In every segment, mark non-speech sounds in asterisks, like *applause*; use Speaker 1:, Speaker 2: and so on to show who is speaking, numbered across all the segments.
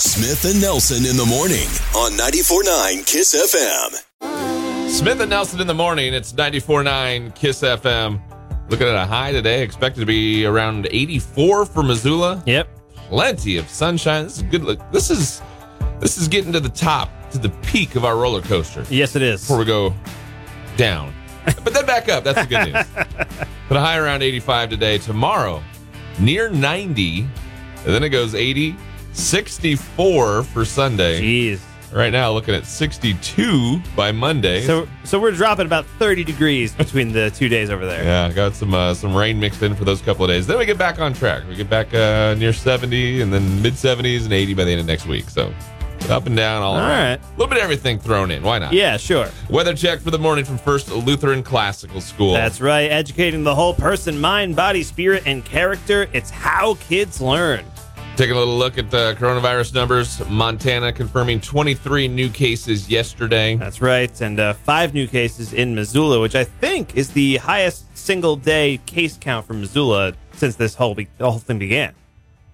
Speaker 1: Smith and Nelson in the morning on 94.9 Kiss FM.
Speaker 2: Smith and Nelson in the morning. It's 94.9 Kiss FM. Looking at a high today, expected to be around 84 for Missoula.
Speaker 3: Yep.
Speaker 2: Plenty of sunshine. This is good look. This is this is getting to the top, to the peak of our roller coaster
Speaker 3: Yes, it is.
Speaker 2: before we go down. But then back up. That's the good news. But a high around 85 today. Tomorrow, near 90. And then it goes 80, 64 for Sunday.
Speaker 3: Jeez.
Speaker 2: Right now, looking at 62 by Monday.
Speaker 3: So, so we're dropping about
Speaker 2: *laughs*
Speaker 3: 30 degrees between the two days over there.
Speaker 2: Yeah, got some uh, some rain mixed in for those couple of days. Then we get back on track. We get back uh, near 70 and then mid 70s and 80 by the end of next week. So up and down, all,
Speaker 3: All
Speaker 2: around.
Speaker 3: right.
Speaker 2: A little bit of everything thrown in. Why not?
Speaker 3: Yeah, sure.
Speaker 2: Weather check for the morning from First Lutheran Classical School.
Speaker 3: That's right. Educating the whole person, mind, body, spirit, and character. It's how kids learn.
Speaker 2: Taking a little look at the coronavirus numbers. Montana confirming 23 new cases yesterday.
Speaker 3: That's right. And uh, five new cases in Missoula, which I think is the highest single day case count for Missoula since this whole, be- the whole thing began.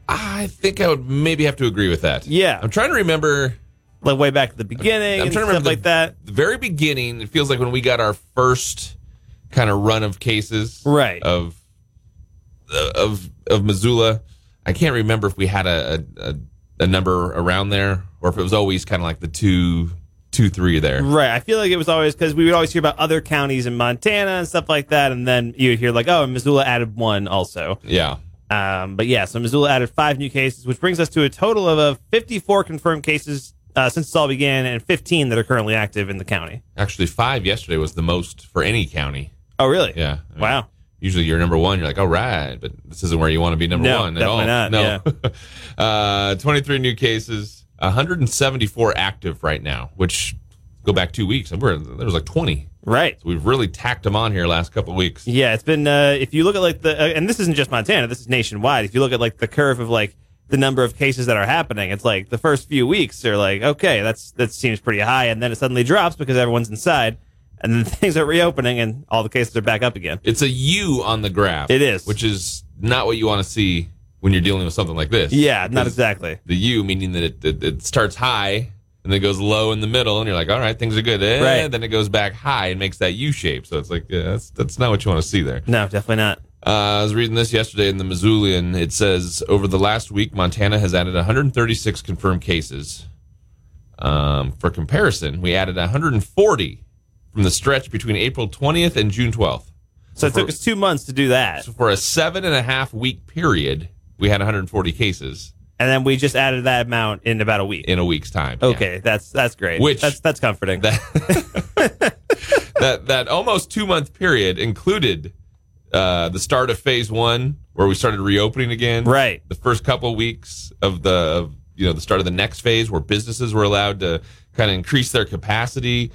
Speaker 2: I think I would maybe have to agree with that.
Speaker 3: Yeah.
Speaker 2: I'm trying to remember.
Speaker 3: Like way back at the beginning
Speaker 2: I'm
Speaker 3: and
Speaker 2: trying to remember
Speaker 3: stuff
Speaker 2: the-
Speaker 3: like that.
Speaker 2: the very beginning, it feels like when we got our first kind of run of cases,
Speaker 3: Right.
Speaker 2: Of uh, of of Missoula. I can't remember if we had a a, a, a number around there or if it was always kind of like the two two three there.
Speaker 3: Right. I feel like it was always because we would always hear about other counties in Montana and stuff like that. And then you would hear, like, oh, and Missoula added one also.
Speaker 2: Yeah,
Speaker 3: Um, but yeah, so Missoula added five new cases, which brings us to a total of uh, 54 confirmed cases uh, since this all began and 15 that are currently active in the county.
Speaker 2: actually, five yesterday was the most for any county.
Speaker 3: Oh, really?
Speaker 2: Yeah. I mean,
Speaker 3: Wow.
Speaker 2: Usually you're number one, you're like, all right, but this isn't where you want to be number
Speaker 3: No,
Speaker 2: one at all.
Speaker 3: definitely not,
Speaker 2: no. *laughs* uh, 23 new cases, 174 active right now, which go back two weeks. and We're, there was like 20.
Speaker 3: Right.
Speaker 2: So we've really tacked them on here last couple weeks.
Speaker 3: Yeah, it's been. Uh, if you look at like the, uh, and this isn't just Montana, this is nationwide. If you look at like the curve of like the number of cases that are happening, it's like the first few weeks are like, okay, that's that seems pretty high, and then it suddenly drops because everyone's inside, and then *laughs* things are reopening, and all the cases are back up again.
Speaker 2: It's a U on the graph.
Speaker 3: It is.
Speaker 2: Which is not what you want to see when you're dealing with something like this.
Speaker 3: Yeah, not
Speaker 2: Because
Speaker 3: exactly.
Speaker 2: The U meaning that it, it, it starts high and then goes low in the middle, and you're like, all right, things are good. Eh,
Speaker 3: Right.
Speaker 2: Then it goes back high and makes that U shape. So it's like, yeah, that's, that's not what you want to see there.
Speaker 3: No, definitely not.
Speaker 2: Uh, I was reading this yesterday in the Missoulian. It says over the last week, Montana has added 136 confirmed cases. Um, for comparison, we added 140 from the stretch between April 20th and June 12th.
Speaker 3: So it took us two months to do that,
Speaker 2: So for a seven and a half week period, we had 140 cases
Speaker 3: and then we just added that amount in about a week.
Speaker 2: in a week's time. Yeah.
Speaker 3: Okay, that's that's great.
Speaker 2: Which-
Speaker 3: that's that's comforting.
Speaker 2: that *laughs* that almost two month period included uh, the start of phase one, where we started reopening again.
Speaker 3: Right.
Speaker 2: The first couple weeks of the of, you know the start of the next phase, where businesses were allowed to kind of increase their capacity.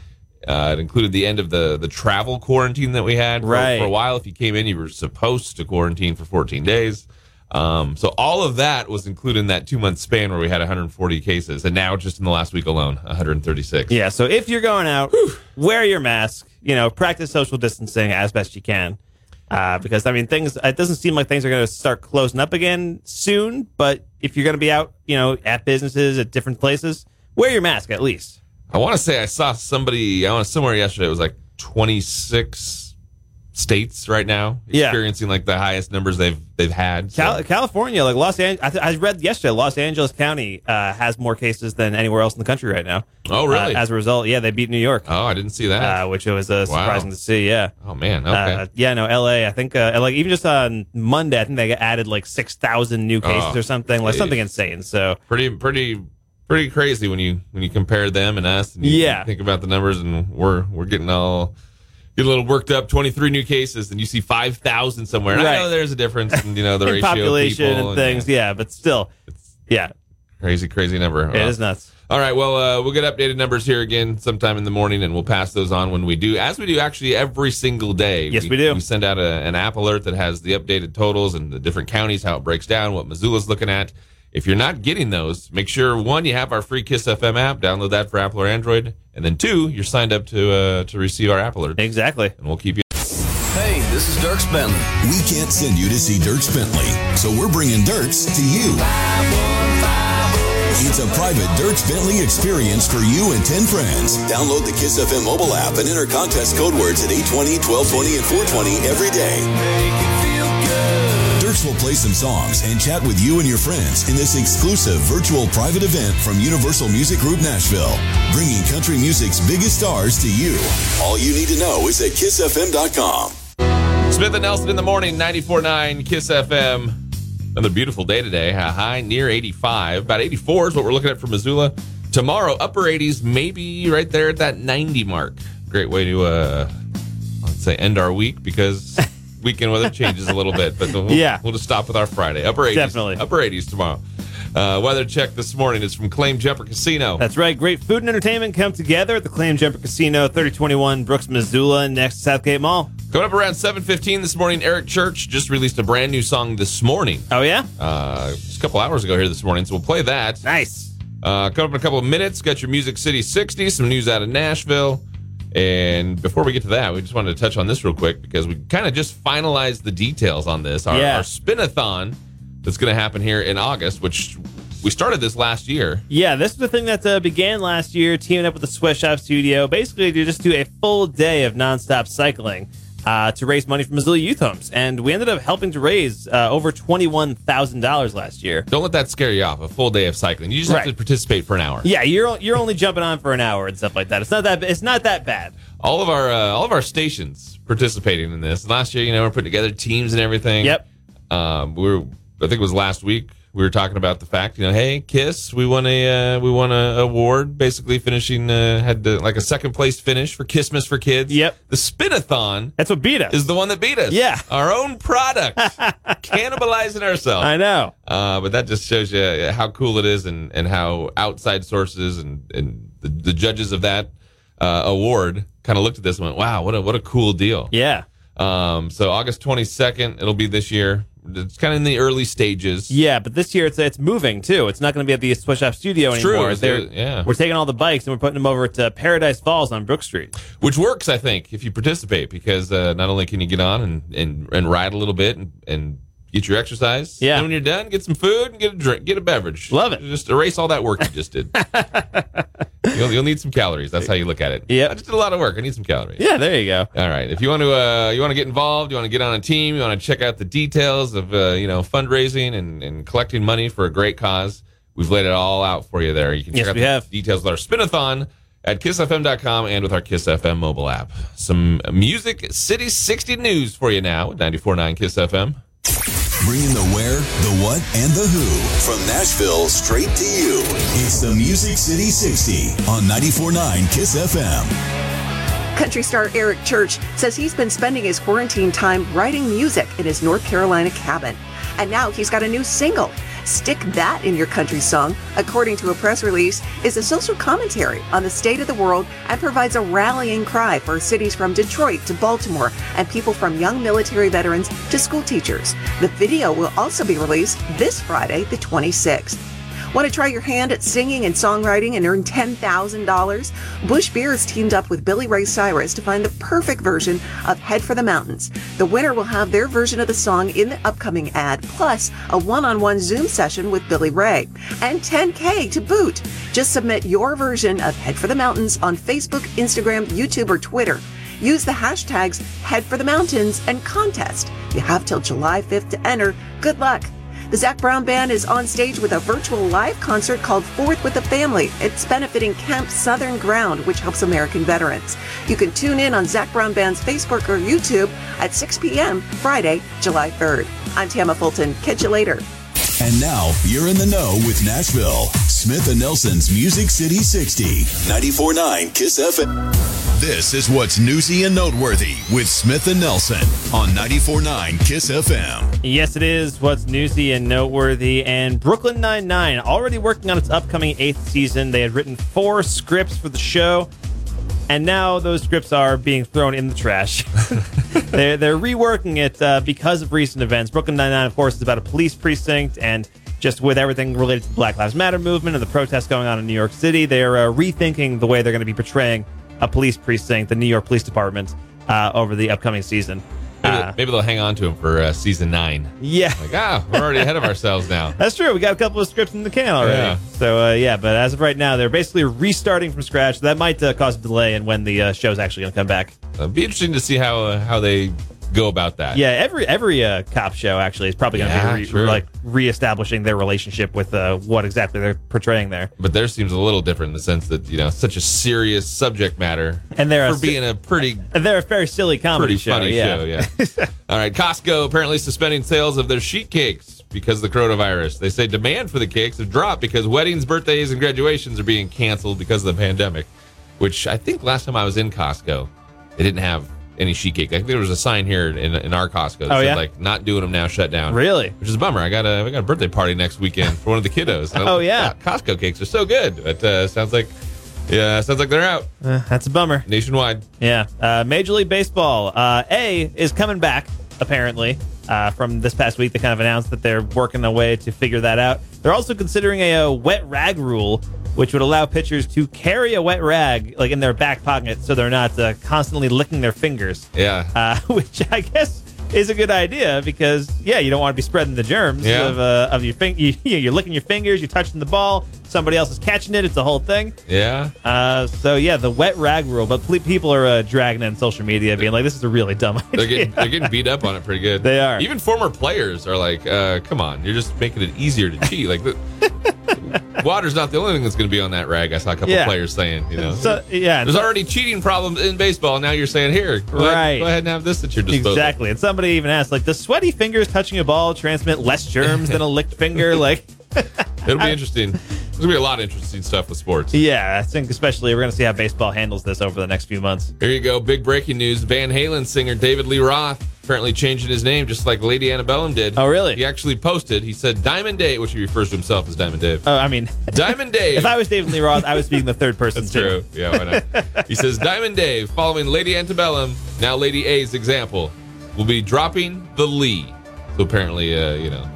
Speaker 2: Uh, it included the end of the the travel quarantine that we had for,
Speaker 3: Right.
Speaker 2: for a while. If you came in, you were supposed to quarantine for 14 days. Um, so all of that was included in that two month span where we had 140 cases, and now just in the last week alone, 136.
Speaker 3: Yeah, so if you're going out, wear your mask. You know, practice social distancing as best you can, uh, because I mean, things. It doesn't seem like things are going to start closing up again soon. But if you're going to be out, you know, at businesses at different places, wear your mask at least.
Speaker 2: I want to say I saw somebody I want somewhere yesterday. It was like 26 states right now
Speaker 3: Yeah.
Speaker 2: experiencing like the highest numbers they've they've had. So
Speaker 3: Cal- California, like Los Angeles, I, th- I read yesterday, Los Angeles County uh, has more cases than anywhere else in the country right now.
Speaker 2: Oh, really?
Speaker 3: Uh, as a result, yeah, they beat New York,
Speaker 2: oh, I didn't see that.
Speaker 3: uh, which was uh, surprising to see. Yeah.
Speaker 2: oh man. Okay.
Speaker 3: Uh, yeah, no, LA. I think uh, like even just on Monday, I think they added like six thousand new cases
Speaker 2: Oh,
Speaker 3: or something, like
Speaker 2: geez.
Speaker 3: something insane. So
Speaker 2: pretty pretty pretty crazy when you when you compare them and us and you
Speaker 3: Yeah.
Speaker 2: think about the numbers and we're we're getting all get a little worked up 23 new cases and you see 5,000 somewhere. And I
Speaker 3: Right.
Speaker 2: know there's a difference in you know the
Speaker 3: *laughs* in
Speaker 2: ratio of
Speaker 3: population
Speaker 2: people
Speaker 3: and, things, yeah. but still, yeah,
Speaker 2: Crazy crazy number. Uh,
Speaker 3: it
Speaker 2: Wow.
Speaker 3: is nuts.
Speaker 2: All right. Well, uh, we'll get updated numbers here again sometime in the morning, and we'll pass those on when we do, as we do actually every single day.
Speaker 3: Yes, we do.
Speaker 2: We send out a, an app alert that has the updated totals and the different counties, how it breaks down, what Missoula's looking at. If you're not getting those, make sure one, you have our free Kiss FM app. Download that for Apple or Android, and then two, you're signed up to uh, to receive our app alert, and
Speaker 3: Exactly.
Speaker 2: we'll keep you.
Speaker 4: Hey, this is Dirk Bentley.
Speaker 1: We can't send you to see Dirks Bentley, so we're bringing Dirks to you. It's a private Dirk Bentley experience for you and 10 friends. Download the Kiss FM mobile app and enter contest code words at 820, 1220, and 420 every day. Dirks will play some songs and chat with you and your friends in this exclusive virtual private event from Universal Music Group Nashville, bringing country music's biggest stars to you. All you need to know is at kissfm.com.
Speaker 2: Smith and Nelson in the morning, 94.9 Kiss FM. Another beautiful day today. A high near 85. About 84 is what we're looking at for Missoula. Tomorrow, upper 80s, maybe right there at that 90 mark. Great way to, uh, let's say, end our week
Speaker 3: *laughs*
Speaker 2: because weekend weather changes a little bit. But we'll,
Speaker 3: Yeah.
Speaker 2: we'll just stop with our Friday. Upper 80s.
Speaker 3: Definitely.
Speaker 2: Upper 80s tomorrow. Uh, weather check this morning is from Claim Jumper Casino.
Speaker 3: That's right. Great food and entertainment come together at the Clam Jumper Casino, 3021 Brooks, Missoula, next to Southgate Mall.
Speaker 2: Coming up around 7.15 this morning, Eric Church just released a brand new song this morning.
Speaker 3: Oh, yeah?
Speaker 2: Uh, just a couple hours ago here this morning, so we'll play that.
Speaker 3: Nice.
Speaker 2: Uh, coming up in a couple of minutes, got your Music City 60, some news out of Nashville. And before we get to that, we just wanted to touch on this real quick because we kind of just finalized the details on this. Our,
Speaker 3: Yeah.
Speaker 2: our spinathon that's going to happen here in August, which we started this last year.
Speaker 3: Yeah, this is the thing that uh, began last year, teaming up with the Sweat Shop Studio, basically to just do a full day of nonstop cycling uh, to raise money for Missoula Youth Homes. And we ended up helping to raise uh, over $21,000 last year.
Speaker 2: Don't let that scare you off. A full day of cycling. You just
Speaker 3: Right.
Speaker 2: have to participate for an hour.
Speaker 3: Yeah, you're o- you're only jumping on for an hour and stuff like that. It's not that it's not that bad.
Speaker 2: all of our uh, all of our stations participating in this. Last year, you know, we're putting together teams and everything.
Speaker 3: Yep.
Speaker 2: Um, we were, I think it was last week. We were talking about the fact, you know, hey, Kiss, we won a uh, we won a award, basically finishing uh, had to, like a second place finish for Kissmas for Kids.
Speaker 3: Yep.
Speaker 2: The Spinathon
Speaker 3: That's what beat us.
Speaker 2: is the one that beat us.
Speaker 3: Yeah.
Speaker 2: Our own
Speaker 3: *laughs*
Speaker 2: product, cannibalizing ourselves.
Speaker 3: I know.
Speaker 2: Uh, but that just shows you uh, how cool it is and, and how outside sources and, and the, the judges of that uh, award kind of looked at this and went, wow, what a, what a cool deal.
Speaker 3: Yeah.
Speaker 2: Um, so August 22nd, it'll be this year. It's kind of in the early stages.
Speaker 3: Yeah, but this year it's it's moving too. It's not going to be at the Swish Shop Studio
Speaker 2: It's true.
Speaker 3: anymore.
Speaker 2: It's-
Speaker 3: They're-
Speaker 2: yeah.
Speaker 3: we're taking all the bikes and we're putting them over to Paradise Falls on Brook Street.
Speaker 2: Which works, I think, if you participate because uh, not only can you get on and, and, and ride a little bit and, and get your exercise.
Speaker 3: Yeah.
Speaker 2: And when you're done, get some food and get a drink, get a beverage.
Speaker 3: Love it.
Speaker 2: Just erase all that work you just
Speaker 3: *laughs*
Speaker 2: did. you'll, you'll need some calories. That's how you look at it.
Speaker 3: Yep.
Speaker 2: I just did a lot of work. I need some calories.
Speaker 3: Yeah, there you go.
Speaker 2: All right. If you want to, uh, you want to get involved, you want to get on a team, you want to check out the details of, uh, you know, fundraising and, and collecting money for a great cause. We've laid it all out for you there. You can
Speaker 3: Yes,
Speaker 2: check out
Speaker 3: we
Speaker 2: the
Speaker 3: have.
Speaker 2: details with our spinathon at kissfm.com and with our Kiss FM mobile app. Some music city 60 news for you now at 94.9 Kiss FM.
Speaker 1: Bringing the where, the what, and the who from Nashville straight to you. It's the Music City 60 on 94.9 Kiss FM.
Speaker 5: Country star Eric Church says he's been spending his quarantine time writing music in his North Carolina cabin. And now he's got a new single. Stick That in Your Country Song, according to a press release, is a social commentary on the state of the world and provides a rallying cry for cities from Detroit to Baltimore and people from young military veterans to school teachers. The video will also be released this Friday, the 26th. Want to try your hand at singing and songwriting and earn $10,000? Bush Beers teamed up with Billy Ray Cyrus to find the perfect version of Head for the Mountains. The winner will have their version of the song in the upcoming ad, plus a one on one Zoom session with Billy Ray, and 10K to boot. Just submit your version of Head for the Mountains on Facebook, Instagram, YouTube, or Twitter. Use the hashtags Head for the Mountains and contest. You have till July 5th to enter. Good luck. The Zach Brown Band is on stage with a virtual live concert called Fourth with the Family. It's benefiting Camp Southern Ground, which helps American veterans. You can tune in on Zach Brown Band's Facebook or YouTube at 6 p.m. Friday, July 3rd. I'm Tamma Fulton. Catch you later.
Speaker 1: And now you're in the know with Nashville. Smith and Nelson's Music City 60. 94.9 Kiss FM. This is what's newsy and noteworthy with Smith and Nelson on 94.9 Kiss FM.
Speaker 3: Yes, it is. What's newsy and noteworthy? And Brooklyn Nine Nine already working on its upcoming eighth season. They had written four scripts for the show, and now those scripts are being thrown in the trash. *laughs* they're they're reworking it uh, because of recent events. Brooklyn Nine Nine, of course, is about a police precinct, and just with everything related to the Black Lives Matter movement and the protests going on in New York City, they're uh, rethinking the way they're going to be portraying a police precinct, the New York Police Department, uh, over the upcoming season.
Speaker 2: Maybe, maybe they'll hang on to him for uh, season nine.
Speaker 3: Yeah.
Speaker 2: Like, ah, we're already ahead of *laughs* ourselves now.
Speaker 3: That's true. We got a couple of scripts in the can already.
Speaker 2: Yeah.
Speaker 3: So uh, yeah, but as of right now, they're basically restarting from scratch. That might uh, cause a delay in when the uh, show's actually going to come back.
Speaker 2: It'd be interesting to see how uh, how they go about that.
Speaker 3: Yeah, every every uh, cop show actually is probably going to
Speaker 2: Yeah,
Speaker 3: be re-
Speaker 2: true.
Speaker 3: like reestablishing their relationship with uh, what exactly they're portraying there.
Speaker 2: But theirs seems a little different in the sense that you know such a serious subject matter,
Speaker 3: And they're a
Speaker 2: for
Speaker 3: s-
Speaker 2: being a pretty
Speaker 3: And they're a very silly comedy
Speaker 2: pretty
Speaker 3: show.
Speaker 2: funny
Speaker 3: yeah.
Speaker 2: show. Yeah.
Speaker 3: *laughs*
Speaker 2: All right. Costco apparently suspending sales of their sheet cakes because of the coronavirus. They say demand for the cakes have dropped because weddings, birthdays, and graduations are being canceled because of the pandemic. Which I think last time I was in Costco, they didn't have any sheet cake. I think there was a sign here in, in our Costco that
Speaker 3: Oh,
Speaker 2: said
Speaker 3: yeah?
Speaker 2: like not doing them now, shut down.
Speaker 3: Really?
Speaker 2: Which is a bummer. I got a I got a birthday party next weekend for one of the kiddos. And I-
Speaker 3: *laughs* Oh, yeah.
Speaker 2: Costco cakes are so good. But uh, sounds like yeah, sounds like they're out
Speaker 3: Uh, that's a bummer.
Speaker 2: nationwide.
Speaker 3: Yeah. Uh, Major League Baseball, uh, A, is coming back, apparently, uh, from this past week. They kind of announced that they're working a way to figure that out. They're also considering a, uh wet rag rule, which would allow pitchers to carry a wet rag like in their back pocket so they're not uh, constantly licking their fingers,
Speaker 2: Yeah.
Speaker 3: uh, *laughs* which I guess is a good idea because, yeah, you don't want to be spreading the germs
Speaker 2: Yeah.
Speaker 3: of, uh, of your fing- you, *laughs* You're licking your fingers, you're touching the ball, somebody else is catching it, it's a whole thing.
Speaker 2: yeah.
Speaker 3: Uh, so yeah, the wet rag rule, but ple- people are uh, dragging it on social media, being like, "This is a really dumb
Speaker 2: They're
Speaker 3: idea."
Speaker 2: getting
Speaker 3: *laughs*
Speaker 2: they're getting beat up on it pretty good.
Speaker 3: They are.
Speaker 2: Even former players are like, uh, "Come on, you're just making it easier to cheat." Like, the,
Speaker 3: *laughs*
Speaker 2: water's not the only thing that's going to be on that rag. I saw a couple
Speaker 3: Yeah.
Speaker 2: players saying, you know, *laughs*
Speaker 3: So yeah,
Speaker 2: there's already cheating problems in baseball. Now you're saying, "Here, go ahead-
Speaker 3: Right.
Speaker 2: go ahead and have this at your disposal."
Speaker 3: exactly. And somebody even asked, like, "Does sweaty fingers touching a ball transmit less
Speaker 2: *laughs*
Speaker 3: germs than a licked finger?" Like,
Speaker 2: It'll be interesting. There's gonna be a lot of interesting stuff with sports.
Speaker 3: yeah, I think especially we're gonna see how baseball handles this over the next few months.
Speaker 2: Here you go. Big breaking news: Van Halen singer David Lee Roth apparently changing his name, just like Lady Antebellum did.
Speaker 3: Oh, really?
Speaker 2: He actually posted. He said Diamond Dave, which he refers to himself as Diamond Dave.
Speaker 3: Oh, I mean,
Speaker 2: Diamond Dave.
Speaker 3: *laughs* if I was David Lee Roth, I was being the third person.
Speaker 2: That's
Speaker 3: too.
Speaker 2: true. Yeah, why not? he says Diamond Dave, following Lady Antebellum, now Lady A's example, will be dropping the Lee. So apparently, uh, you know,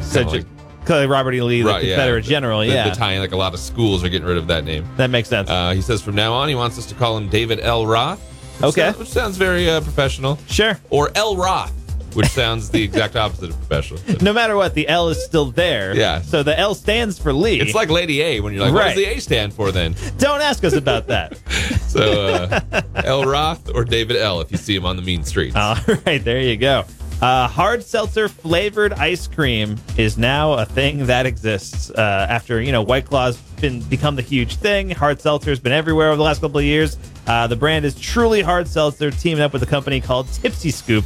Speaker 3: So
Speaker 2: kinda
Speaker 3: ju- clearly Robert E. Lee, the
Speaker 2: right, yeah,
Speaker 3: Confederate
Speaker 2: the-
Speaker 3: general.
Speaker 2: the,
Speaker 3: yeah,
Speaker 2: the tie like a lot of schools are getting rid of that name.
Speaker 3: that makes sense.
Speaker 2: Uh, he says from now on, he wants us to call him David L. Roth. which
Speaker 3: Okay.
Speaker 2: sounds- which sounds very uh, professional.
Speaker 3: sure.
Speaker 2: Or L. Roth, which sounds the exact opposite of professional. So
Speaker 3: *laughs* No matter what, the L is still there.
Speaker 2: Yeah.
Speaker 3: So the L stands for Lee.
Speaker 2: It's like Lady A when you're like, what does
Speaker 3: Right.
Speaker 2: the A stand for then?
Speaker 3: don't ask us about that.
Speaker 2: So
Speaker 3: *laughs*
Speaker 2: uh, L. Roth or David L. if you see him on the mean streets.
Speaker 3: All *laughs* right, there you go. Uh, hard seltzer flavored ice cream is now a thing that exists. Uh, after you know, White Claw's been become the huge thing. Hard seltzer has been everywhere over the last couple of years. Uh, the brand is truly hard seltzer, teaming up with a company called
Speaker 2: *laughs*
Speaker 3: Tipsy Scoop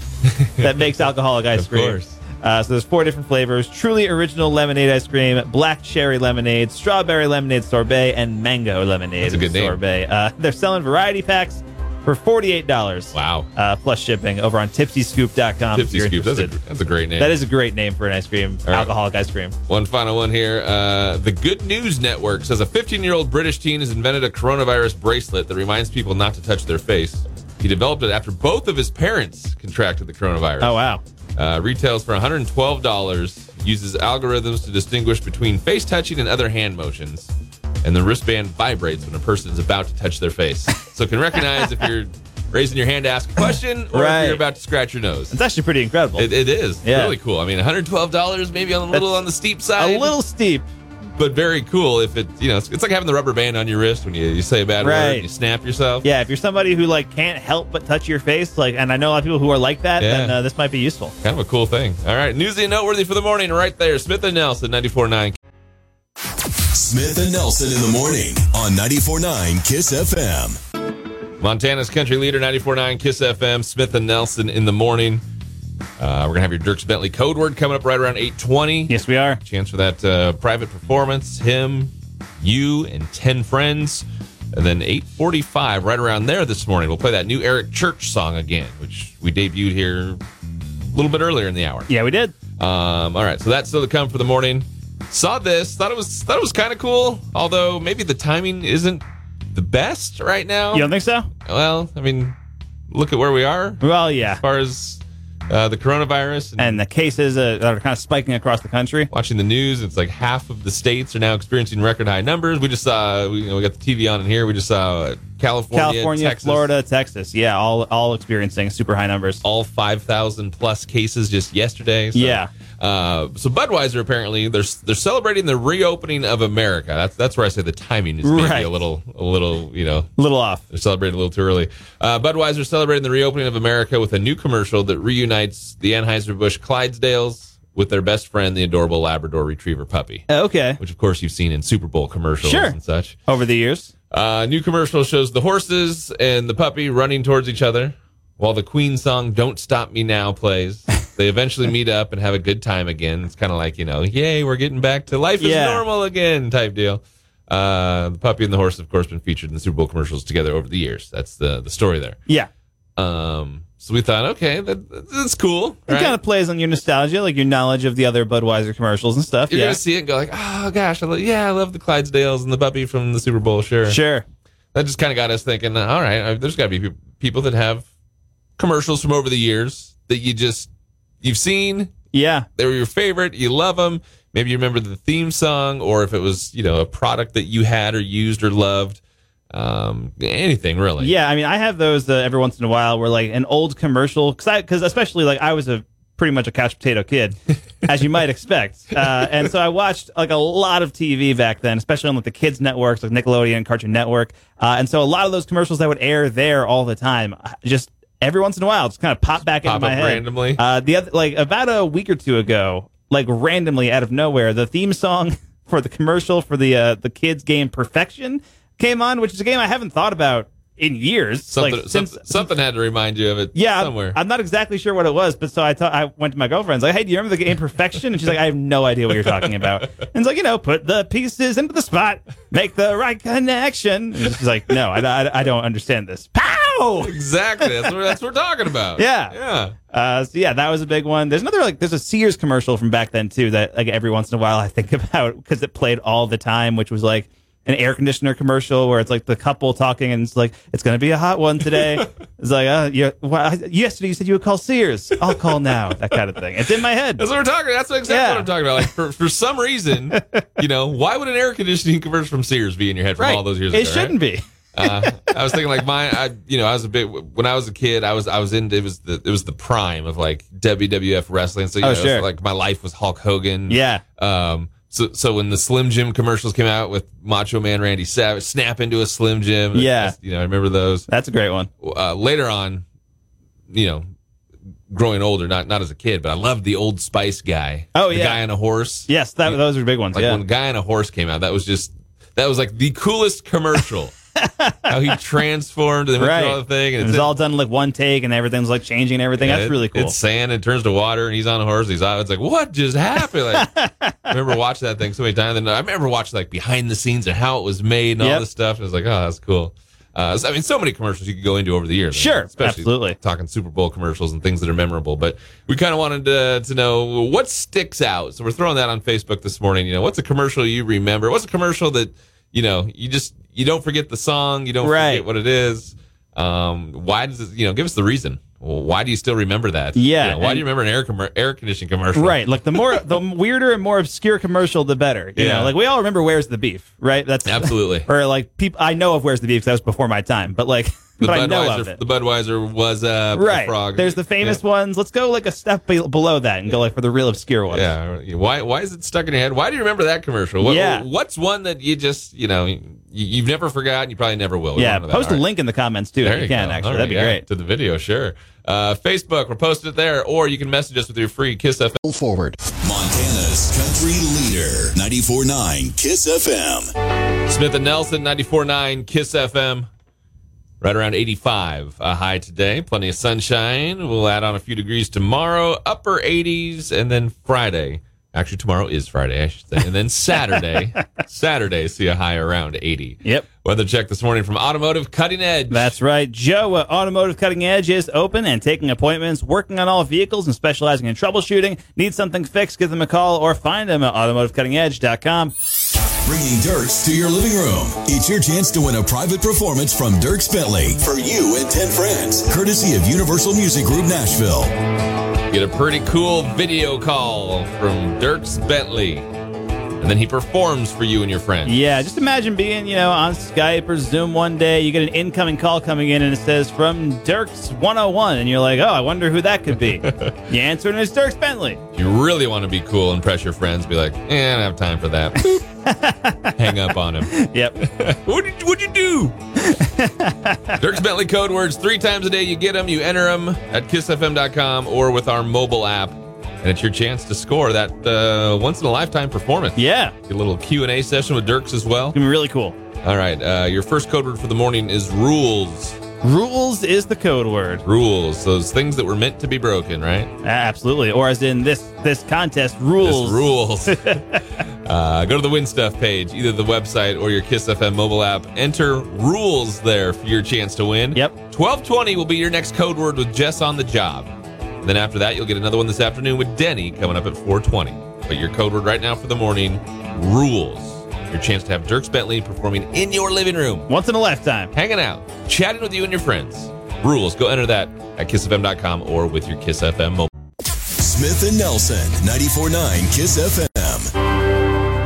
Speaker 3: that makes alcoholic ice
Speaker 2: Of
Speaker 3: cream.
Speaker 2: course.
Speaker 3: Uh, so there's four different flavors: truly original lemonade ice cream, black cherry lemonade, strawberry lemonade sorbet, and mango lemonade
Speaker 2: That's a good name.
Speaker 3: sorbet. Uh, *laughs* they're selling variety packs for forty-eight dollars
Speaker 2: Wow.
Speaker 3: uh, plus shipping over on tipsyscoop.com. if
Speaker 2: Tipsy
Speaker 3: you're
Speaker 2: Scoop. That's a,
Speaker 3: interested.
Speaker 2: that's a great name.
Speaker 3: That is a great name for an ice cream,
Speaker 2: right.
Speaker 3: alcoholic ice cream.
Speaker 2: one final one here. Uh, the Good News Network says a 15 year old British teen has invented a coronavirus bracelet that reminds people not to touch their face. He developed it after both of his parents contracted the coronavirus.
Speaker 3: Oh, wow.
Speaker 2: Uh, retails for $112. Uses algorithms to distinguish between face touching and other hand motions. And the wristband vibrates when a person is about to touch their face. so it can recognize if you're raising your hand to ask a question or if
Speaker 3: Right.
Speaker 2: you're about to scratch your nose.
Speaker 3: It's actually pretty incredible.
Speaker 2: It, it is It's
Speaker 3: Yeah.
Speaker 2: really cool. I mean, one hundred twelve dollars, maybe on a little
Speaker 3: That's
Speaker 2: on the steep side,
Speaker 3: a little steep.
Speaker 2: but very cool. If it, you know, it's, it's like having the rubber band on your wrist when you, you say a bad word,
Speaker 3: Right.
Speaker 2: and you snap yourself.
Speaker 3: Yeah, if you're somebody who like can't help but touch your face, like, and I know a lot of people who are like that,
Speaker 2: Yeah.
Speaker 3: then uh, this might be useful.
Speaker 2: kind of a cool thing. All right, newsy and noteworthy for the morning, right there. Smith and Nelson, ninety four nine.
Speaker 1: Smith and Nelson in the morning on 94.9 Kiss FM.
Speaker 2: Montana's country leader, 94.9 Kiss FM, Smith and Nelson in the morning. Uh, we're going to have your Dirks Bentley code word coming up right around 820.
Speaker 3: Yes, we are.
Speaker 2: Chance for that uh, private performance, him, you, and 10 friends. And then 845, right around there this morning, we'll play that new Eric Church song again, which we debuted here a little bit earlier in the hour.
Speaker 3: Yeah, we did.
Speaker 2: Um, all right, so that's still to come for the morning. Saw this, thought it was thought it was kind of cool, although maybe the timing isn't the best right now.
Speaker 3: You don't think so?
Speaker 2: Well, I mean, look at where we are as
Speaker 3: Well, yeah.
Speaker 2: far as uh, the coronavirus and,
Speaker 3: And the cases uh, that are kind of spiking across the country.
Speaker 2: watching the news. It's like half of the states are now experiencing record high numbers. We just saw, we, you know, we got the TV on in here. We just saw California,
Speaker 3: California,
Speaker 2: Texas,
Speaker 3: Florida, Texas. Yeah, all all experiencing super high numbers.
Speaker 2: all 5,000 plus cases just yesterday. So,
Speaker 3: Yeah.
Speaker 2: Uh, so Budweiser apparently they're they're celebrating the reopening of America. That's that's where I say the timing is maybe
Speaker 3: Right.
Speaker 2: a little a little you know
Speaker 3: Little off.
Speaker 2: they're celebrating a little too early. Uh, Budweiser celebrating the reopening of America with a new commercial that reunites the Anheuser-Busch Clydesdales with their best friend, the adorable Labrador Retriever puppy,
Speaker 3: Okay.
Speaker 2: which of course you've seen in Super Bowl commercials
Speaker 3: Sure.
Speaker 2: and such.
Speaker 3: Over the years.
Speaker 2: Uh, new commercial shows the horses and the puppy running towards each other while the Queen song "Don't Stop Me Now"
Speaker 3: *laughs*
Speaker 2: plays. They eventually meet up and have a good time again. It's kind of like you know, yay, we're getting back to life is
Speaker 3: Yeah.
Speaker 2: normal again type deal. Uh, the puppy and the horse, have, of course, been featured in the Super Bowl commercials together over the years. That's the the story there.
Speaker 3: Yeah.
Speaker 2: Um, so we thought, okay, that, that's cool.
Speaker 3: It
Speaker 2: right?
Speaker 3: kind of plays on your nostalgia, like your knowledge of the other Budweiser commercials and stuff.
Speaker 2: You're
Speaker 3: yeah.
Speaker 2: gonna see it and go like, oh gosh, I lo- yeah, I love the Clydesdales and the puppy from the Super Bowl. Sure,
Speaker 3: Sure.
Speaker 2: that just kind of got us thinking. All right, uh, there's got to be peop- people that have commercials from over the years that you just you've seen.
Speaker 3: Yeah.
Speaker 2: They were your favorite. You love them. Maybe you remember the theme song, or if it was you know a product that you had or used or loved. Um, anything really.
Speaker 3: Yeah, I mean, I have those uh, every once in a while where like an old commercial, because I, because especially like I was a pretty much a couch
Speaker 2: *laughs*
Speaker 3: potato kid, as you might expect, uh, and so I watched like a lot of TV back then, especially on like the kids networks, like Nickelodeon, Cartoon Network, uh, and so a lot of those commercials that would air there all the time, uh, just every once in a while, just kind of pop back
Speaker 2: Pop
Speaker 3: into my
Speaker 2: up
Speaker 3: head
Speaker 2: randomly.
Speaker 3: Uh, the other, like about a week or two ago, like randomly out of nowhere, the theme song *laughs* for the commercial for the uh, the kids game Perfection came on, which is a game I haven't thought about in years.
Speaker 2: Something,
Speaker 3: like since
Speaker 2: something, something had to remind you of it.
Speaker 3: yeah, I'm-
Speaker 2: somewhere.
Speaker 3: I'm, not exactly sure what it was, but so I thought I went to my girlfriend's like, "Hey, do you remember the game Perfection?" And she's like, "I have no idea what you're talking about." And it's like, you know, put the pieces into the spot, make the right connection. And she's like, "No, I, I, I don't understand this." Pow!
Speaker 2: Exactly. That's what, that's what we're talking about.
Speaker 3: Yeah.
Speaker 2: Yeah.
Speaker 3: Uh, so yeah, that was a big one. There's another like there's a Sears commercial from back then too that like every once in a while I think *laughs* about because it played all the time, which was like an air conditioner commercial where it's like the couple talking and it's like it's gonna be a hot
Speaker 2: *laughs*
Speaker 3: one today. it's like uh, you well, yesterday you said you would call Sears. I'll call now. That kind of thing. It's in my head.
Speaker 2: That's what we're talking. That's exactly
Speaker 3: Yeah.
Speaker 2: what I'm talking about. Like for, for some
Speaker 3: *laughs*
Speaker 2: reason, you know, why would an air conditioning commercial from Sears be in your head from
Speaker 3: Right.
Speaker 2: all those years?
Speaker 3: it
Speaker 2: ago, right?
Speaker 3: shouldn't be.
Speaker 2: Uh, I was thinking like mine. I you know I was a bit when I was a kid. I was I was into it was the it was the prime of like WWF wrestling. So you
Speaker 3: Oh,
Speaker 2: know, it's
Speaker 3: sure.
Speaker 2: like my life was Hulk Hogan.
Speaker 3: Yeah.
Speaker 2: Um. So so when the Slim Jim commercials came out with Macho Man Randy Savage, snap into a Slim Jim.
Speaker 3: Yeah.
Speaker 2: You know I remember those
Speaker 3: That's a great one.
Speaker 2: uh, later on, you know, growing older, not not as a kid, but I loved the Old Spice guy.
Speaker 3: Oh,
Speaker 2: the
Speaker 3: yeah.
Speaker 2: guy on a horse.
Speaker 3: Yes, that, those are big ones.
Speaker 2: like
Speaker 3: yeah.
Speaker 2: when the guy on a horse came out, that was just that was like the coolest commercial.
Speaker 3: *laughs*
Speaker 2: How he transformed and then went
Speaker 3: Right.
Speaker 2: through all the thing, and
Speaker 3: it was all done like one take, and everything's like changing and everything.
Speaker 2: yeah,
Speaker 3: That's
Speaker 2: it-
Speaker 3: really cool.
Speaker 2: It's sand and turns to water, and he's on a horse. He's out. It's like, what just happened?
Speaker 3: *laughs*
Speaker 2: Like, I remember watching that thing so many times. And I remember watching like behind the scenes and how it was made and all
Speaker 3: Yep.
Speaker 2: this stuff. And I was like, oh, that's cool. Uh, so, I mean, so many commercials you could go into over the years.
Speaker 3: Sure, absolutely.
Speaker 2: Talking Super Bowl commercials and things that are memorable. But we kind of wanted to, to know what sticks out. So we're throwing that on Facebook this morning. You know, what's a commercial you remember? What's a commercial that you know you just you don't forget the song, you don't
Speaker 3: Right.
Speaker 2: forget what it is. Um, why does it, you know? Give us the reason. Well, why do you still remember that?
Speaker 3: Yeah,
Speaker 2: You know, why
Speaker 3: and-
Speaker 2: do you remember an air com- air conditioning commercial?
Speaker 3: Right. Like the more the weirder and more obscure commercial, the better. You
Speaker 2: Yeah.
Speaker 3: know, like we all remember where's the beef, right? That's
Speaker 2: Absolutely.
Speaker 3: Or like people, I know of where's the beef because that was before my time, but like,
Speaker 2: The
Speaker 3: *laughs* but I know of
Speaker 2: Budweiser.
Speaker 3: it.
Speaker 2: The Budweiser was uh, the
Speaker 3: right.
Speaker 2: frog.
Speaker 3: There's the famous ones. Let's go like a step be- below that and go like for the real obscure ones.
Speaker 2: Yeah. yeah. Why Why is it stuck in your head? Why do you remember that commercial? What,
Speaker 3: Yeah.
Speaker 2: What's one that you just you know you, you've never forgotten? You probably never will. We
Speaker 3: Yeah,
Speaker 2: wanna know that.
Speaker 3: Post
Speaker 2: All
Speaker 3: a
Speaker 2: right.
Speaker 3: link in the comments too if you, can.
Speaker 2: go.
Speaker 3: Actually,
Speaker 2: All
Speaker 3: that'd be
Speaker 2: right, yeah,
Speaker 3: great.
Speaker 2: To the video, sure. Uh, Facebook, we're posting it there, or you can message us with your free Kiss FM.
Speaker 6: forward.
Speaker 1: Montana's country leader, 94.9 Kiss FM.
Speaker 2: Smith and Nelson, 94.9 Kiss FM. Right around 85. A high today. Plenty of sunshine. We'll add on a few degrees tomorrow. Upper 80s. And then Friday. Actually, tomorrow is Friday, I should say. And then Saturday. Saturday, see a high around 80.
Speaker 3: Yep.
Speaker 2: Weather check this morning from Automotive Cutting Edge.
Speaker 3: That's right. Joe at Automotive Cutting Edge is open and taking appointments, working on all vehicles and specializing in troubleshooting. Need something fixed? Give them a call or find them at automotivecuttingedge.com.
Speaker 1: Bringing Dirks to your living room. It's your chance to win a private performance from Dirks Bentley for you and 10 friends, courtesy of Universal Music Group Nashville.
Speaker 2: Get a pretty cool video call from Dirks Bentley. and then he performs for you and your friends.
Speaker 3: Yeah, just imagine being, you know, on Skype or Zoom one day. You get an incoming call coming in and it says from Dirks 101. And you're like, oh, I wonder who that could be. you answer and it's Dirks Bentley.
Speaker 2: If you really want to be cool and press your friends, be like, eh, I don't have time for that. Boop. Hang up on him.
Speaker 3: Yep.
Speaker 2: What did what'd you do? Dirk's Bentley code words three times a day. You get them, you enter them at kissfm.com or with our mobile app. And it's your chance to score that uh, once in a lifetime performance.
Speaker 3: *laughs* yeah.
Speaker 2: A little Q and A session with Dirks as well.
Speaker 3: Gonna be really cool.
Speaker 2: All right, uh, your first code word for the morning is rules.
Speaker 3: Rules is the code word.
Speaker 2: Rules, those things that were meant to be broken, right?
Speaker 3: Ah, Absolutely. Or as in this this contest, rules.
Speaker 2: Just rules. uh, go to the Win Stuff page, either the website or your Kiss FM mobile app. Enter rules there for your chance to win.
Speaker 3: Yep.
Speaker 2: 1220 will be your next code word with Jess on the job. And then after that, you'll get another one this afternoon with Denny coming up at 420. But your code word right now for the morning, rules. Your chance to have Dirks Bentley performing in your living room,
Speaker 3: Once in a lifetime.
Speaker 2: hanging out, chatting with you and your friends. Rules, go enter that at kissfm.com or with your Kiss FM mobile.
Speaker 1: Smith and Nelson, 94.9 Kiss FM.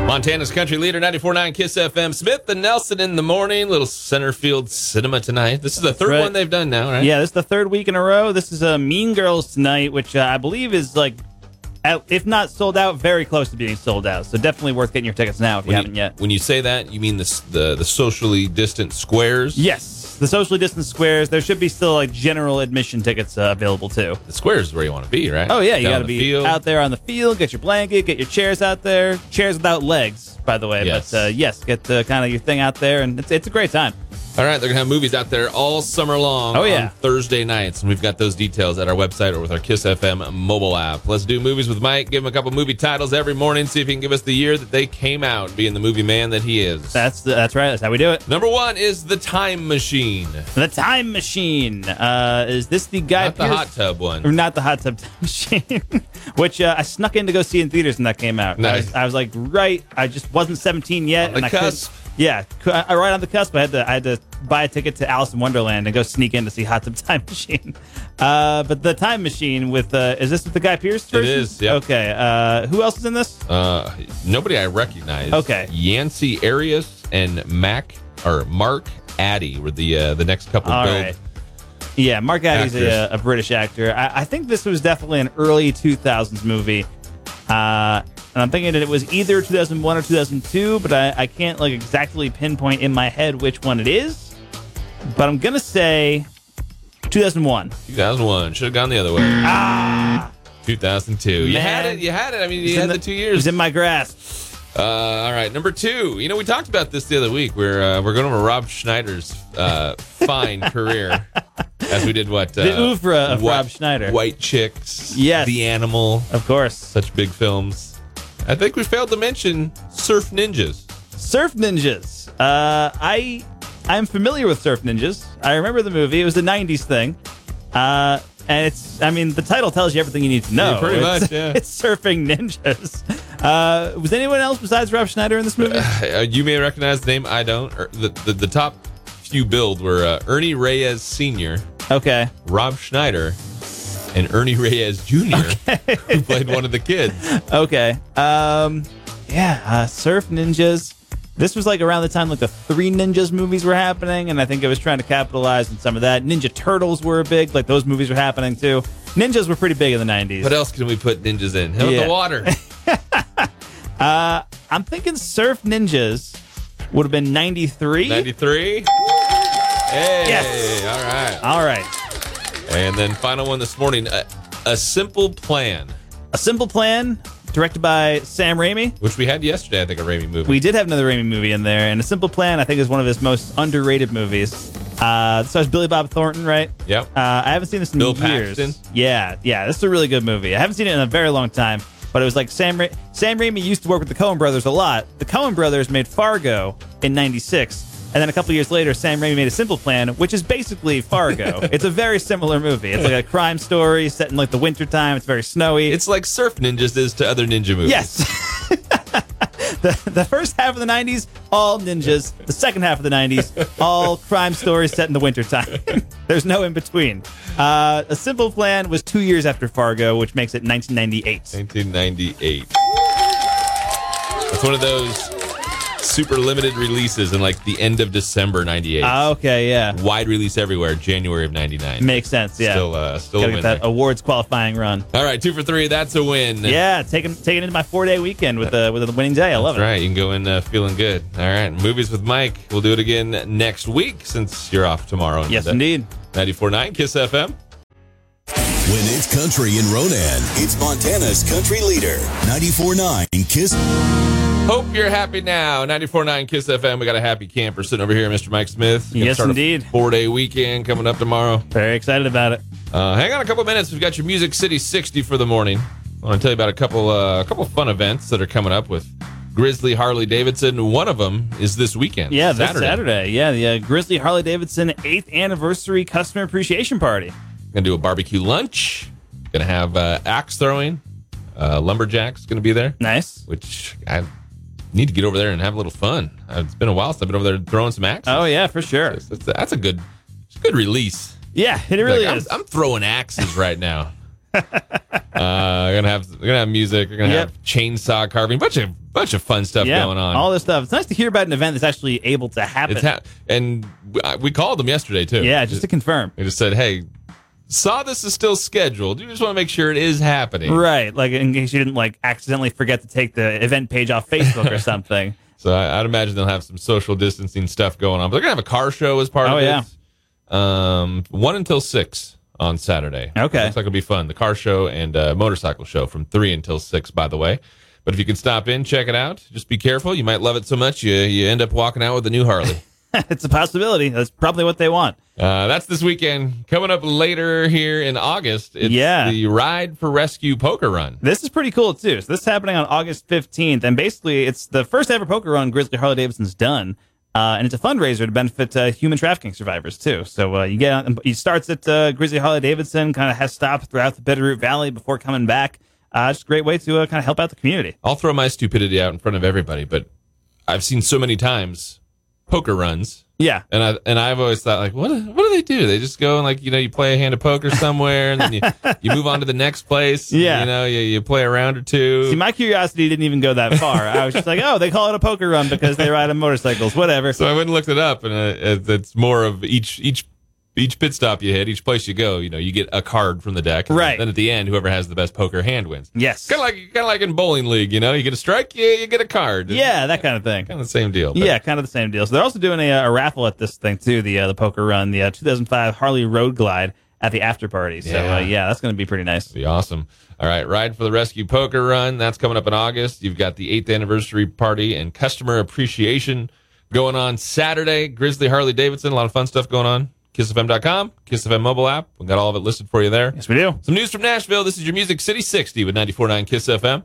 Speaker 2: Montana's country leader, 94.9 KISS FM. Smith and Nelson in the morning. Little center field cinema tonight. This is the third
Speaker 3: right.
Speaker 2: one they've done now, right?
Speaker 3: Yeah, this is the third week in a row. This is uh, Mean Girls tonight, which uh, I believe is like, at, if not sold out, very close to being sold out. So definitely worth getting your tickets now if you
Speaker 2: When
Speaker 3: haven't yet.
Speaker 2: When you say that, you mean the s- the, the socially distant squares?
Speaker 3: Yes, the socially distanced squares. There should be still like general admission tickets uh, available too.
Speaker 2: The squares is where you want to be, right?
Speaker 3: Oh yeah, you
Speaker 2: Down
Speaker 3: got to
Speaker 2: the
Speaker 3: be
Speaker 2: field.
Speaker 3: out there on the field. Get your blanket. Get your chairs out there. Chairs without legs, by the way.
Speaker 2: Yes.
Speaker 3: But uh, yes, get uh, kind of your thing out there, and it's, it's a great time.
Speaker 2: All right, they're going to have movies out there all summer long
Speaker 3: Oh,
Speaker 2: on
Speaker 3: yeah.
Speaker 2: Thursday nights. And we've got those details at our website or with our Kiss FM mobile app. Let's do movies with Mike. Give him a couple movie titles every morning. See if he can give us the year that they came out, being the movie man that he is.
Speaker 3: That's the, that's right. That's how we do it.
Speaker 2: Number one is The Time Machine.
Speaker 3: The time machine. Uh, is this the guy?
Speaker 2: Not the
Speaker 3: Pearce-
Speaker 2: hot tub one.
Speaker 3: Or not the hot tub *laughs* time machine, which uh, I snuck in to go see in theaters when that came out. I,
Speaker 2: Nice.
Speaker 3: was, I was like, right, I just wasn't 17 yet,
Speaker 2: On the
Speaker 3: and I couldn't-
Speaker 2: cusp.
Speaker 3: Yeah, cou- I, right on the cusp. I had to, I had to buy a ticket to Alice in Wonderland and go sneak in to see Hot Tub *laughs* Time Machine. Uh, but the Time Machine with uh, is this with the guy Pierce? Version?
Speaker 2: is, yep.
Speaker 3: Okay. Uh, who else is in this?
Speaker 2: Uh, nobody I recognize.
Speaker 3: Okay.
Speaker 2: Yancey Arias and Mac or Mark Addy were the uh, the next couple.
Speaker 3: All
Speaker 2: billed.
Speaker 3: right. Yeah, Mark Addy's
Speaker 2: Actors.
Speaker 3: a, a British actor. I, I think this was definitely an early 2000s movie. Uh, and I'm thinking that it was either 2001 or 2002, but I, I can't like exactly pinpoint in my head which one it is. But I'm going to say 2001.
Speaker 2: 2001 should have gone the other way. Ah. 2002. You
Speaker 3: Man.
Speaker 2: had it. You had it. I mean,
Speaker 3: It's
Speaker 2: you
Speaker 3: in
Speaker 2: had the,
Speaker 3: the-
Speaker 2: two
Speaker 3: It was
Speaker 2: years.
Speaker 3: in my grasp.
Speaker 2: uh, all right, number two. You know, we talked about this the other week. We're uh, we're going over Rob Schneider's uh,
Speaker 3: *laughs*
Speaker 2: fine career, as we did what uh,
Speaker 3: The oeuvre of Rob Schneider.
Speaker 2: White Chicks,
Speaker 3: Yes.
Speaker 2: The Animal,
Speaker 3: Of course.
Speaker 2: such big films. I think we failed to mention Surf Ninjas.
Speaker 3: Surf Ninjas. Uh, I I'm familiar with Surf Ninjas. I remember the movie. It was a 90s thing. Uh, and it's I mean the title tells you everything you need to know.
Speaker 2: Yeah, pretty
Speaker 3: It's-
Speaker 2: much, yeah.
Speaker 3: *laughs* It's surfing ninjas. Uh, was anyone else besides Rob Schneider in
Speaker 2: *sighs*
Speaker 3: this movie?
Speaker 2: Uh, you may recognize the name. I don't. Er, The, the, the top few billed were uh, Ernie Reyes Sr.,
Speaker 3: okay.
Speaker 2: Rob Schneider, and Ernie *laughs* Reyes Jr., who played one of the kids.
Speaker 3: Okay. Um, yeah, uh, Surf Ninjas. This was like around the time like the Three Ninjas movies were happening, and I think it was trying to capitalize on some of that. Ninja Turtles were big, like those movies were happening too. Ninjas were pretty big in the 90s.
Speaker 2: What else can we put ninjas in? Hell in
Speaker 3: Yeah.
Speaker 2: the
Speaker 3: *laughs*
Speaker 2: water.
Speaker 3: I'm thinking Surf Ninjas would have been 93.
Speaker 2: 93. Hey.
Speaker 3: Yes.
Speaker 2: All right.
Speaker 3: All right.
Speaker 2: And then final one this morning a, a Simple Plan,
Speaker 3: A Simple Plan, directed by Sam Raimi.
Speaker 2: which we had yesterday, I think, a Raimi movie.
Speaker 3: We did have another Raimi movie in there, and A Simple Plan, I think, is one of his most underrated movies. Uh, so it's Billy Bob Thornton, right?
Speaker 2: Yep.
Speaker 3: Uh, I haven't seen this in
Speaker 2: Bill
Speaker 3: years.
Speaker 2: Paxton.
Speaker 3: Yeah, yeah, this is a really good movie. I haven't seen it in a very long time, but it was like Sam Ra- Sam Raimi used to work with the Coen Brothers a lot. The Coen Brothers made Fargo in '96, and then a couple years later, Sam Raimi made A Simple Plan, which is basically
Speaker 2: *laughs*
Speaker 3: Fargo. it's a very similar movie. It's like a crime story set in like the wintertime. It's very snowy.
Speaker 2: it's like Surf Ninjas is to other ninja movies.
Speaker 3: Yes. *laughs* the, the first half of the 90s, all ninjas. The second half of the 90s, all crime stories set in the wintertime. *laughs* There's no in between. Uh, a Simple Plan was two years after Fargo, which makes it 1998.
Speaker 2: 1998. It's one of those super limited releases in like the end of December '98.
Speaker 3: Ah, okay, yeah.
Speaker 2: Wide release everywhere, January of '99.
Speaker 3: Makes sense, yeah.
Speaker 2: Still, uh, still a
Speaker 3: Gotta
Speaker 2: win
Speaker 3: get that
Speaker 2: there.
Speaker 3: awards qualifying run.
Speaker 2: All right, two for three. That's a win.
Speaker 3: Yeah, taking taking into my four day weekend with the with a winning day. I love
Speaker 2: That's
Speaker 3: it.
Speaker 2: right. You can go in uh, feeling good. All right. Movies with Mike. We'll do it again next week since you're off tomorrow. and
Speaker 3: Yes,
Speaker 2: Monday.
Speaker 3: indeed.
Speaker 2: 94.9 Kiss FM.
Speaker 1: When it's country in Ronan, it's Montana's country leader. 94.9 Kiss.
Speaker 2: Hope you're happy now. 94.9 Kiss FM. We got a happy camper sitting over here, Mr. Mike Smith. Gonna
Speaker 3: Yes,
Speaker 2: start a
Speaker 3: indeed.
Speaker 2: Four day weekend coming up tomorrow.
Speaker 3: Very excited about it.
Speaker 2: Uh, hang on a couple minutes. We've got your Music City 60 for the morning. I want to tell you about a couple uh, a couple fun events that are coming up with Grizzly Harley Davidson. One of them is this weekend.
Speaker 3: Yeah, this Saturday. Yeah, the uh, Grizzly Harley Davidson eighth anniversary customer appreciation party.
Speaker 2: Gonna do a barbecue lunch. Gonna have uh, axe throwing. Uh, Lumberjack's gonna be there,
Speaker 3: Nice.
Speaker 2: which I need to get over there and have a little fun. Uh, It's been a while since I've been over there throwing some axes.
Speaker 3: Oh yeah, for sure.
Speaker 2: That's, that's- that's a good, it's a good release.
Speaker 3: Yeah, it really
Speaker 2: Like, I'm-
Speaker 3: is.
Speaker 2: I'm, throwing axes right now. *laughs* uh, we're gonna have we're gonna have music. We're gonna
Speaker 3: Yep.
Speaker 2: have chainsaw carving. Bunch of bunch of fun stuff
Speaker 3: yeah,
Speaker 2: going on.
Speaker 3: all this stuff. It's nice to hear about an event that's actually able to happen.
Speaker 2: it's ha- and we, I- we called them yesterday too.
Speaker 3: yeah, just to confirm.
Speaker 2: we just said, hey, saw this is still scheduled. You just want to make sure it is happening.
Speaker 3: Right, like in case you didn't like accidentally forget to take the event page off
Speaker 2: *laughs*
Speaker 3: Facebook or something. *laughs*
Speaker 2: So I, I'd imagine they'll have some social distancing stuff going on. But they're gonna have a car show as part
Speaker 3: Oh,
Speaker 2: of
Speaker 3: yeah.
Speaker 2: it. Um, one until six on Saturday.
Speaker 3: Okay.
Speaker 2: looks like it'll be fun. The car show and uh, motorcycle show from three until six. By the way. But if you can stop in, check it out. Just be careful. You might love it so much you, you end up walking out with a new
Speaker 3: *laughs*
Speaker 2: Harley.
Speaker 3: it's a possibility. That's probably what they want.
Speaker 2: Uh, that's this weekend. Coming up later here in August, it's
Speaker 3: Yeah.
Speaker 2: the Ride for Rescue Poker Run.
Speaker 3: This is pretty cool too. So this is happening on August 15th, and basically it's the first ever poker run Grizzly Harley Davidson's done, uh, and it's a fundraiser to benefit uh, human trafficking survivors too. So uh, you get on, it starts at uh, Grizzly Harley Davidson, kind of has stops throughout the Bitterroot Valley before coming back. Uh, it's just a great way to uh, kind of help out the community.
Speaker 2: I'll throw my stupidity out in front of everybody, but I've seen so many times poker runs,
Speaker 3: Yeah,
Speaker 2: and I and I've always thought like, what what do they do? They just go and like you know you play a hand of poker somewhere, and then
Speaker 3: *laughs*
Speaker 2: you, you move on to the next place. and,
Speaker 3: Yeah.
Speaker 2: you know you, you play a round or two.
Speaker 3: See, my curiosity didn't even go that far. I was just like, *laughs* oh, they call it a poker run because they ride on motorcycles, whatever.
Speaker 2: so I went and looked it up, and uh, it- it's more of each each. Each pit stop you hit, each place you go, you know, you get a card from the deck. and
Speaker 3: Right.
Speaker 2: Then at the end, whoever has the best poker hand wins.
Speaker 3: yes.
Speaker 2: Kind of like kind of like in bowling league, you know, you get a strike, you, you get a card.
Speaker 3: yeah, that kind of thing.
Speaker 2: kind of the same deal. but-
Speaker 3: Yeah, kind of the same deal. So they're also doing a, uh, a raffle at this thing too, the uh, the poker run, the uh, 2005 Harley Road Glide at the after party. So yeah,
Speaker 2: Yeah.
Speaker 3: uh, yeah that's going to be pretty nice.
Speaker 2: Be awesome. All right, Ride for the Rescue Poker Run. That's coming up in August. You've got the eighth anniversary party and customer appreciation going on Saturday. Grizzly Harley Davidson, a lot of fun stuff going on. KissFM.com, KissFM mobile app. We've got all of it listed for you there.
Speaker 3: Yes, we do.
Speaker 2: Some news from Nashville. This is your Music City 60 with 94.9 Kiss FM.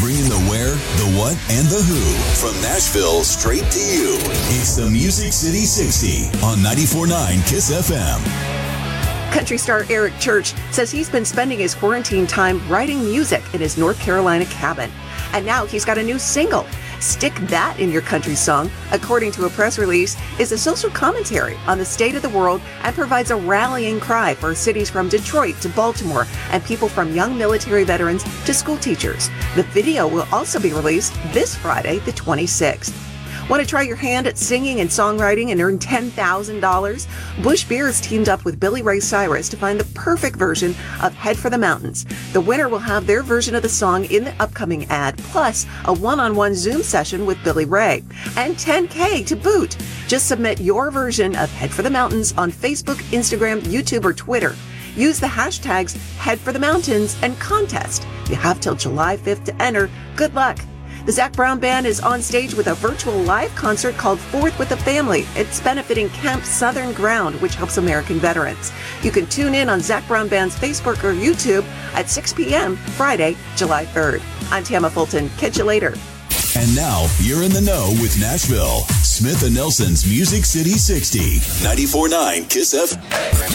Speaker 1: Bringing the where, the what, and the who. From Nashville straight to you. It's the Music City 60 on 94.9 Kiss FM.
Speaker 5: Country star Eric Church says he's been spending his quarantine time writing music in his North Carolina cabin. And now he's got a new single. Stick That in Your Country Song, according to a press release, is a social commentary on the state of the world and provides a rallying cry for cities from Detroit to Baltimore and people from young military veterans to school teachers. The video will also be released this Friday, the 26th. Want to try your hand at singing and songwriting and earn $10,000? Bush Beers teamed up with Billy Ray Cyrus to find the perfect version of Head for the Mountains. The winner will have their version of the song in the upcoming ad, plus a one on one Zoom session with Billy Ray, and 10K to boot. Just submit your version of Head for the Mountains on Facebook, Instagram, YouTube, or Twitter. Use the hashtags Head for the Mountains and contest. You have till July 5th to enter. Good luck. The Zach Brown Band is on stage with a virtual live concert called Fourth with the Family. It's benefiting Camp Southern Ground, which helps American veterans. You can tune in on Zach Brown Band's Facebook or YouTube at 6 p.m. Friday, July 3rd. I'm Tama Fulton. Catch you later.
Speaker 1: And now you're in the know with Nashville. Smith and Nelson's Music City 60. 94.9 Kiss FM.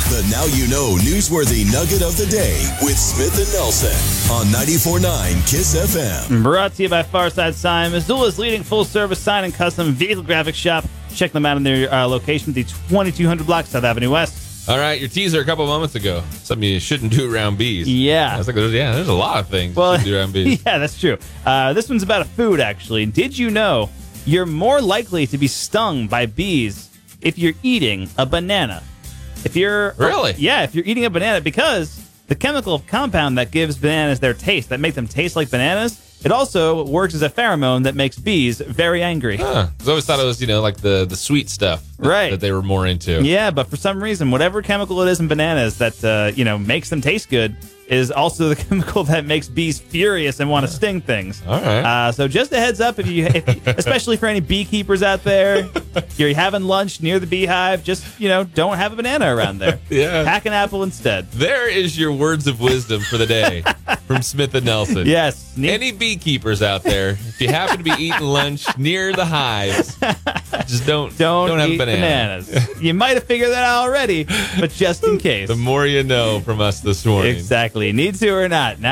Speaker 1: The Now You Know Newsworthy Nugget of the Day with Smith and Nelson on 94.9 Kiss FM.
Speaker 3: Brought to you by Farside Sign, Missoula's leading full-service sign and custom vehicle graphics shop. Check them out in their uh, location at the 2200 block South Avenue West.
Speaker 2: All right, your teaser a couple moments ago. Something you shouldn't do around bees.
Speaker 3: Yeah.
Speaker 2: I was like, there's, yeah, there's a lot of things you
Speaker 3: *laughs*
Speaker 2: shouldn't do around bees.
Speaker 3: yeah, that's true. Uh, this one's about a food, actually. Did you know you're more likely to be stung by bees if you're eating a banana? If you're oh,
Speaker 2: Really?
Speaker 3: yeah, if you're eating a banana, because the chemical compound that gives bananas their taste, that make them taste like bananas, it also works as a pheromone that makes bees very angry.
Speaker 2: Huh. 'Cause I always thought it was, you know, like the, the sweet stuff that,
Speaker 3: Right.
Speaker 2: that they were more into.
Speaker 3: Yeah, but for some reason, whatever chemical it is in bananas that uh, you know makes them taste good is also the *laughs* chemical that makes bees furious and want to sting things.
Speaker 2: All right.
Speaker 3: Uh, so just a heads up, if you, if,
Speaker 2: *laughs*
Speaker 3: especially for any beekeepers out there, you're having lunch near the beehive, just you know, don't have a banana around there.
Speaker 2: *laughs* Yeah.
Speaker 3: Pack an apple instead.
Speaker 2: There is your words of wisdom for the
Speaker 3: *laughs*
Speaker 2: day from Smith and Nelson.
Speaker 3: Yes. Sneak-
Speaker 2: Any beekeepers out there, if you happen to be eating lunch near the hives, just don't
Speaker 3: don't,
Speaker 2: have
Speaker 3: eat
Speaker 2: a banana. *laughs*
Speaker 3: bananas. you might have figured that out already, but just in case.
Speaker 2: The more you know from us this morning.
Speaker 3: exactly. Need to or not.